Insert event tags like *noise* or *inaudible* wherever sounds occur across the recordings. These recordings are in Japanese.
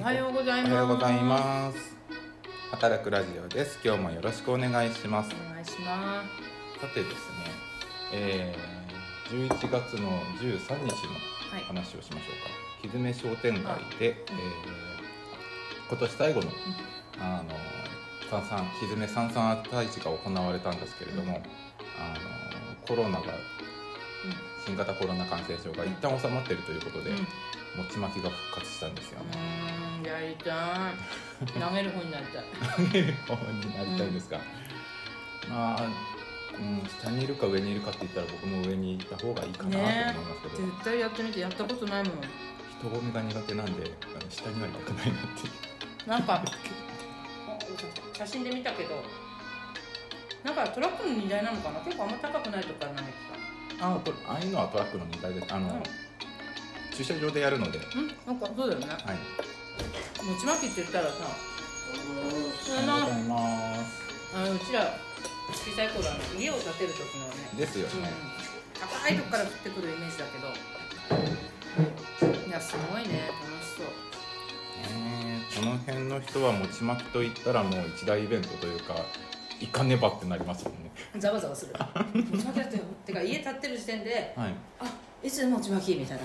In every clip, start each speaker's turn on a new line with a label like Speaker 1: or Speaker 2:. Speaker 1: はようござい
Speaker 2: お
Speaker 1: ます。
Speaker 2: はようございます。働くラジオです。今日もよろしくお願いします。
Speaker 1: お願いしま
Speaker 2: さてですね、えー、11月の13日の
Speaker 1: す。はい。
Speaker 2: 話をしましょうか。ひずめ商店街で、えー、今年最後の、あの三三ひずめ三三大市が行われたんですけれども、あのコロナが新型コロナ感染症が一旦収まっているということ
Speaker 1: うん。
Speaker 2: で、
Speaker 1: うん。う
Speaker 2: 餅巻きが復活したんですよね。
Speaker 1: ーん、やりたい。投げる方になりたい。
Speaker 2: *laughs* 方になりたいんですが、まあ、うん、下にいるか上にいるかって言ったら僕も上にいた方がいいかなと思
Speaker 1: ね
Speaker 2: いますけど、
Speaker 1: 絶対やってみて、やったことないもん。
Speaker 2: 人混みが苦手なんであの下にはいたくないなっていう
Speaker 1: なんか。あ写真で見たけど。なんかトラックの荷台なのかな、結構あんま高くないとかない
Speaker 2: あこれああいうのはトラックの荷台ですあの、
Speaker 1: うん
Speaker 2: 駐車場でやるので、はい、
Speaker 1: うん、なんかそうだよね。餅まきって言ったらさ。
Speaker 2: おは
Speaker 1: あ
Speaker 2: ようご
Speaker 1: の
Speaker 2: ざいます
Speaker 1: あのうちら小さい頃あの家を建てる時のね、
Speaker 2: ですよね、
Speaker 1: 高いとこから降ってくるイメージだけどいやすごいね楽しそう
Speaker 2: ねえこの辺の人は餅巻きといったらもう一大イベントというか行かねばってなりますもんね
Speaker 1: ざわざわす
Speaker 2: *laughs*
Speaker 1: る餅まきだっててか家建ってる時点で
Speaker 2: はい
Speaker 1: あいつ餅まきみたい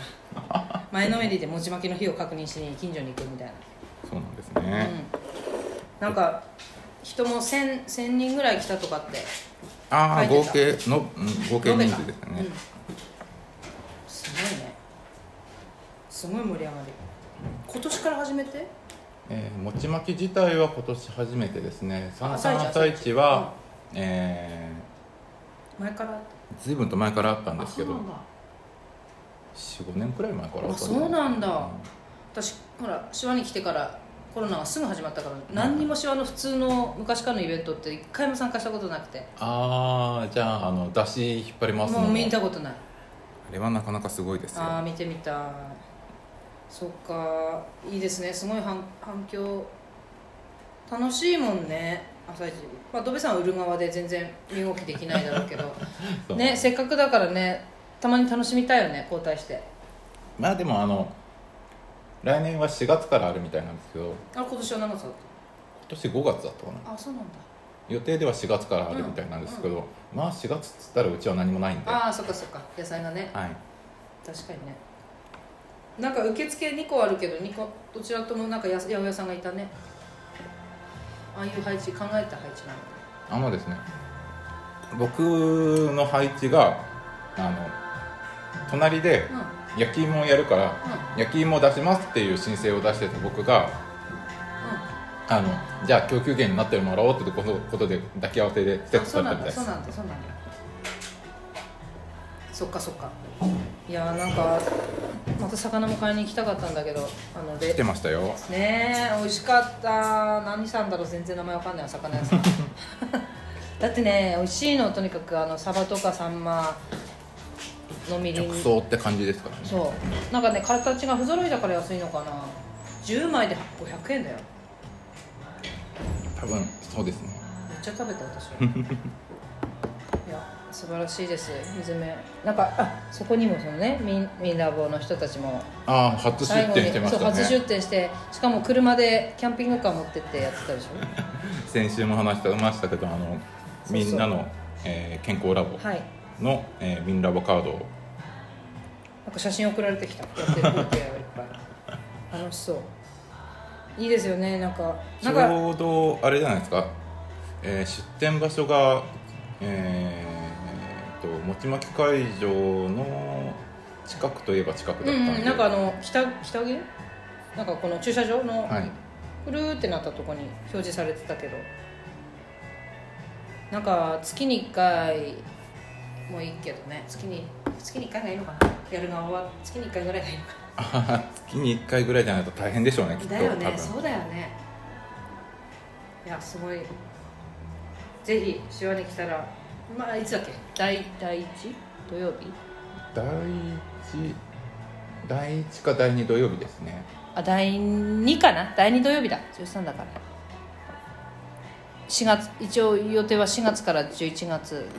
Speaker 1: な前のめりで餅まきの日を確認しに近所に行くみたい
Speaker 2: そうなんです
Speaker 1: な、
Speaker 2: ね
Speaker 1: う、ん、なんか人も 1000, 1000人ぐらい来たとかって
Speaker 2: ああ
Speaker 1: 書い
Speaker 2: 合計
Speaker 1: て
Speaker 2: の、うん、合
Speaker 1: 述
Speaker 2: 計
Speaker 1: べ
Speaker 2: 人
Speaker 1: た
Speaker 2: 数ですね、
Speaker 1: うんすごいねすごい盛り上がり今年から始めて
Speaker 2: えー、餅巻き自体は今年初めてですね三
Speaker 1: 朝市
Speaker 2: 三朝市は、え
Speaker 1: 前から
Speaker 2: ー、ずいぶんと前からあったんですけ
Speaker 1: あ
Speaker 2: ど
Speaker 1: そうなんだ
Speaker 2: 45年くらい前からあった
Speaker 1: あそうなんだ
Speaker 2: うん
Speaker 1: 私ほら手話に来てからコロナがすぐ始まったから何にも手話の普通の昔からのイベントって一回も参加したことなくて
Speaker 2: ああじゃああの出汁引っ張りますの
Speaker 1: もう
Speaker 2: も
Speaker 1: 見たことない
Speaker 2: あれはなかなかすごいですよ
Speaker 1: ああ見てみたいそっかいいですねすごい反反響楽しいもんね朝一まあ土部さんは売る側で全然身動きできないだろうけど
Speaker 2: そう
Speaker 1: ねせっかくだからねたまに楽しみたいよね交代して
Speaker 2: まあでもあの来年は4月からあるみたいなんですけど今
Speaker 1: あ今年は長さだっ
Speaker 2: 年5月だったかな
Speaker 1: たあそうなんだ
Speaker 2: 予定では4月からあるみたいなんですけど、まあ4月っつったらうちは何もないんで
Speaker 1: あ
Speaker 2: は
Speaker 1: あそっかそっか野菜がね
Speaker 2: い
Speaker 1: 確かにねなんか受付2個あるけど2個どちらともなんかや八百屋さんがいたねああいう配置考えた配置なの
Speaker 2: あのですね僕の配置があの隣で
Speaker 1: うんうん
Speaker 2: 焼き芋をやるから焼き芋を出しますっていう申請を出してた僕があのじゃあ供給源になってもらおうってことことで抱き合わせでステ
Speaker 1: うん
Speaker 2: ッ
Speaker 1: あ
Speaker 2: プ
Speaker 1: そ
Speaker 2: さ
Speaker 1: う
Speaker 2: れ
Speaker 1: な
Speaker 2: た
Speaker 1: ん
Speaker 2: み
Speaker 1: だ
Speaker 2: たいで
Speaker 1: そう
Speaker 2: す
Speaker 1: なんだそうなんだそっかそっかいやーなんかまた魚も買いに行きたかったんだけどあの
Speaker 2: 来
Speaker 1: で
Speaker 2: てましたよ
Speaker 1: ねえ美味しかった何さんだろう全然名前わかんないお魚屋さん *laughs* だってね美味しいのとにかくあのサバとかサンマのみりん
Speaker 2: 直送って感じですからね
Speaker 1: そうなんかね形が不揃いだから安いのかな10枚で500円だよ
Speaker 2: 多分そうですね
Speaker 1: めっちゃ食べた
Speaker 2: *laughs*
Speaker 1: 私はいや素晴らしいです水目なんかあそこにもそのねミンミンラボの人たちも
Speaker 2: ああ初出
Speaker 1: 最後
Speaker 2: 店
Speaker 1: に
Speaker 2: してまし
Speaker 1: そう
Speaker 2: た
Speaker 1: 初出
Speaker 2: ね
Speaker 1: 店してしかも車でキャンピングカー持ってってやってたでしょ
Speaker 2: 先週も話してましたけどあの
Speaker 1: そう
Speaker 2: みんなの、えー健康ラボ
Speaker 1: はい
Speaker 2: の、えーミンラボカードを
Speaker 1: なんか写真送られてきたやってる風景がいっぱい楽しそういいですよねなんか
Speaker 2: ち
Speaker 1: なんか
Speaker 2: ょうどあれじゃないですか、えー出店場所がえー、と餅巻き会場の近くといえば近くだった
Speaker 1: うん
Speaker 2: で、
Speaker 1: んうん、なんかあの北北毛なんかこの駐車場の
Speaker 2: はい *laughs*
Speaker 1: ふるーってなったとこに表示されてたけどなんか月に1回もいいけどね月に月に1回がいいのかなやる側は月に1回ぐらいがいいのか
Speaker 2: あはは月に1回ぐらいじゃないと大変でしょうねきっと
Speaker 1: なだよ
Speaker 2: 多
Speaker 1: ね
Speaker 2: 分
Speaker 1: そうだよねいやすごいぜひ手話に来たらまあいつだっけ第第1土曜日
Speaker 2: 第1第1か第2土曜日ですね
Speaker 1: あ第2かな第2土曜日だ13だから4月一応予定は4月から11月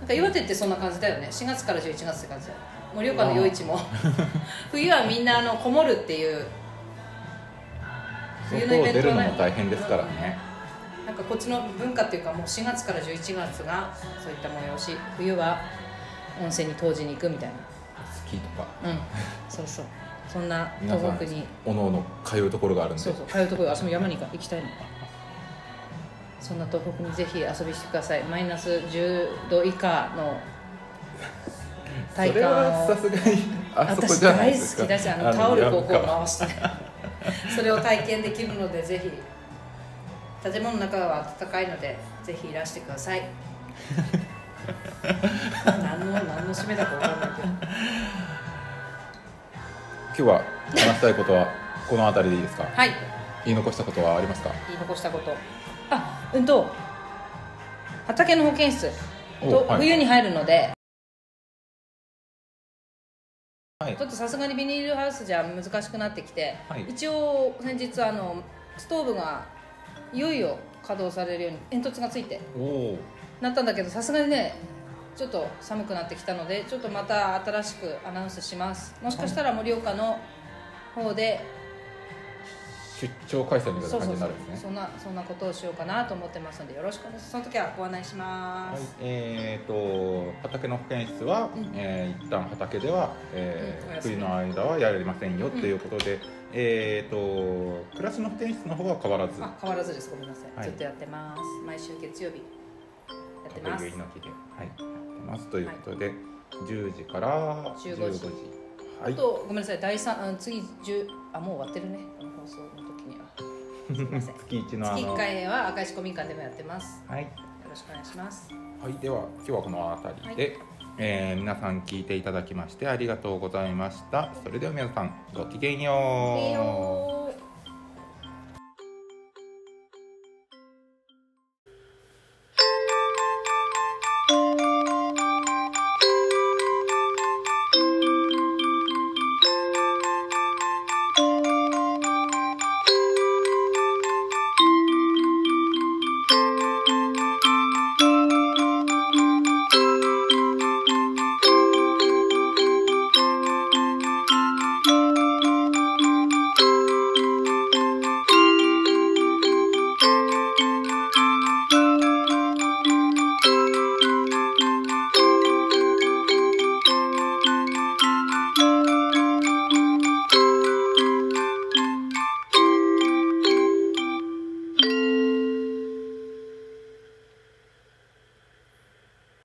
Speaker 1: なんか岩手ってそんな感じだよね4月から11月って感じだよ *laughs* 盛岡の夜市も冬はみんなあのこもるっていう冬
Speaker 2: 外
Speaker 1: のイ
Speaker 2: を
Speaker 1: ベン
Speaker 2: 出
Speaker 1: ト
Speaker 2: る
Speaker 1: は
Speaker 2: の
Speaker 1: ないも
Speaker 2: も
Speaker 1: ん
Speaker 2: 大変ですからね、
Speaker 1: なんかこっちの文化っていうかもう4月から11月がそういった催し冬は温泉に湯治に行くみたい
Speaker 2: スキーとか
Speaker 1: なうんそうそうそんな
Speaker 2: 皆さ
Speaker 1: 東
Speaker 2: ん
Speaker 1: 北に
Speaker 2: おのおの通うところがあるんで
Speaker 1: そうそう通うところ私も山に行か行きたいのそんな東北にぜひ遊びしてくださいマイナス10度以下の体
Speaker 2: それ
Speaker 1: 感
Speaker 2: は
Speaker 1: を
Speaker 2: さすがにあそこ
Speaker 1: 私
Speaker 2: じゃない
Speaker 1: 大
Speaker 2: です
Speaker 1: 好
Speaker 2: か
Speaker 1: きだしあのタオルこうこ
Speaker 2: や
Speaker 1: う
Speaker 2: っぱ
Speaker 1: 回してそれを体験できるのでぜひ建物の中は暖かいのでぜひいらしてくださ
Speaker 2: *laughs*
Speaker 1: い何の何の締めだか分かんないけど
Speaker 2: 今日は話したいことはこの辺りでいいですか
Speaker 1: はい
Speaker 2: 言い残したことはありますか
Speaker 1: 言い残したことあうんと畑の保健室
Speaker 2: お
Speaker 1: と
Speaker 2: はい
Speaker 1: 冬に入るので、
Speaker 2: はい
Speaker 1: ちょっとさすがにビニールハウスじゃ難しくなってきて、
Speaker 2: はい
Speaker 1: 一応先日あのストーブがいよいよ稼働されるように煙突がついて
Speaker 2: おお
Speaker 1: なったんだけどさすがにねちょっと寒くなってきたのでちょっとまた新しくアナウンスしますもしかしたら盛岡の方で
Speaker 2: 出張開催みたい
Speaker 1: そ
Speaker 2: な
Speaker 1: うそ
Speaker 2: 感
Speaker 1: うそ
Speaker 2: じにな
Speaker 1: う
Speaker 2: るんですね
Speaker 1: そんなそんなことをしようかなと思ってますのでよろしくお願いしますその時はご案内しま
Speaker 2: はい
Speaker 1: す、、
Speaker 2: えー、と畑の保健室は、
Speaker 1: うん
Speaker 2: えー一旦畑では、え
Speaker 1: うんお
Speaker 2: ー
Speaker 1: 休み
Speaker 2: 冬の間はやれませんよっていうことで、えー、と暮らしの保健室の方は変わらず
Speaker 1: あ変わらずですごめんなさい、
Speaker 2: はい
Speaker 1: ずっとやってます毎週月曜日やって
Speaker 2: 壁
Speaker 1: ます
Speaker 2: 結いの木で、はい、やってますということで、10時から
Speaker 1: 15
Speaker 2: 15
Speaker 1: 時
Speaker 2: 時
Speaker 1: あ
Speaker 2: はい、
Speaker 1: とごめんなさい第三あ次十あもう終わってるねこの放送の時にはすいま *laughs* せん
Speaker 2: 月1のあ
Speaker 1: 月1
Speaker 2: のはい、
Speaker 1: 回は赤石古民館でもやってます
Speaker 2: はい、
Speaker 1: よろしくお願いします
Speaker 2: では今日はこの辺りで、えー皆さん聞いていただきましてありがとうございましたそれでは皆さんごきげんよう
Speaker 1: いいよー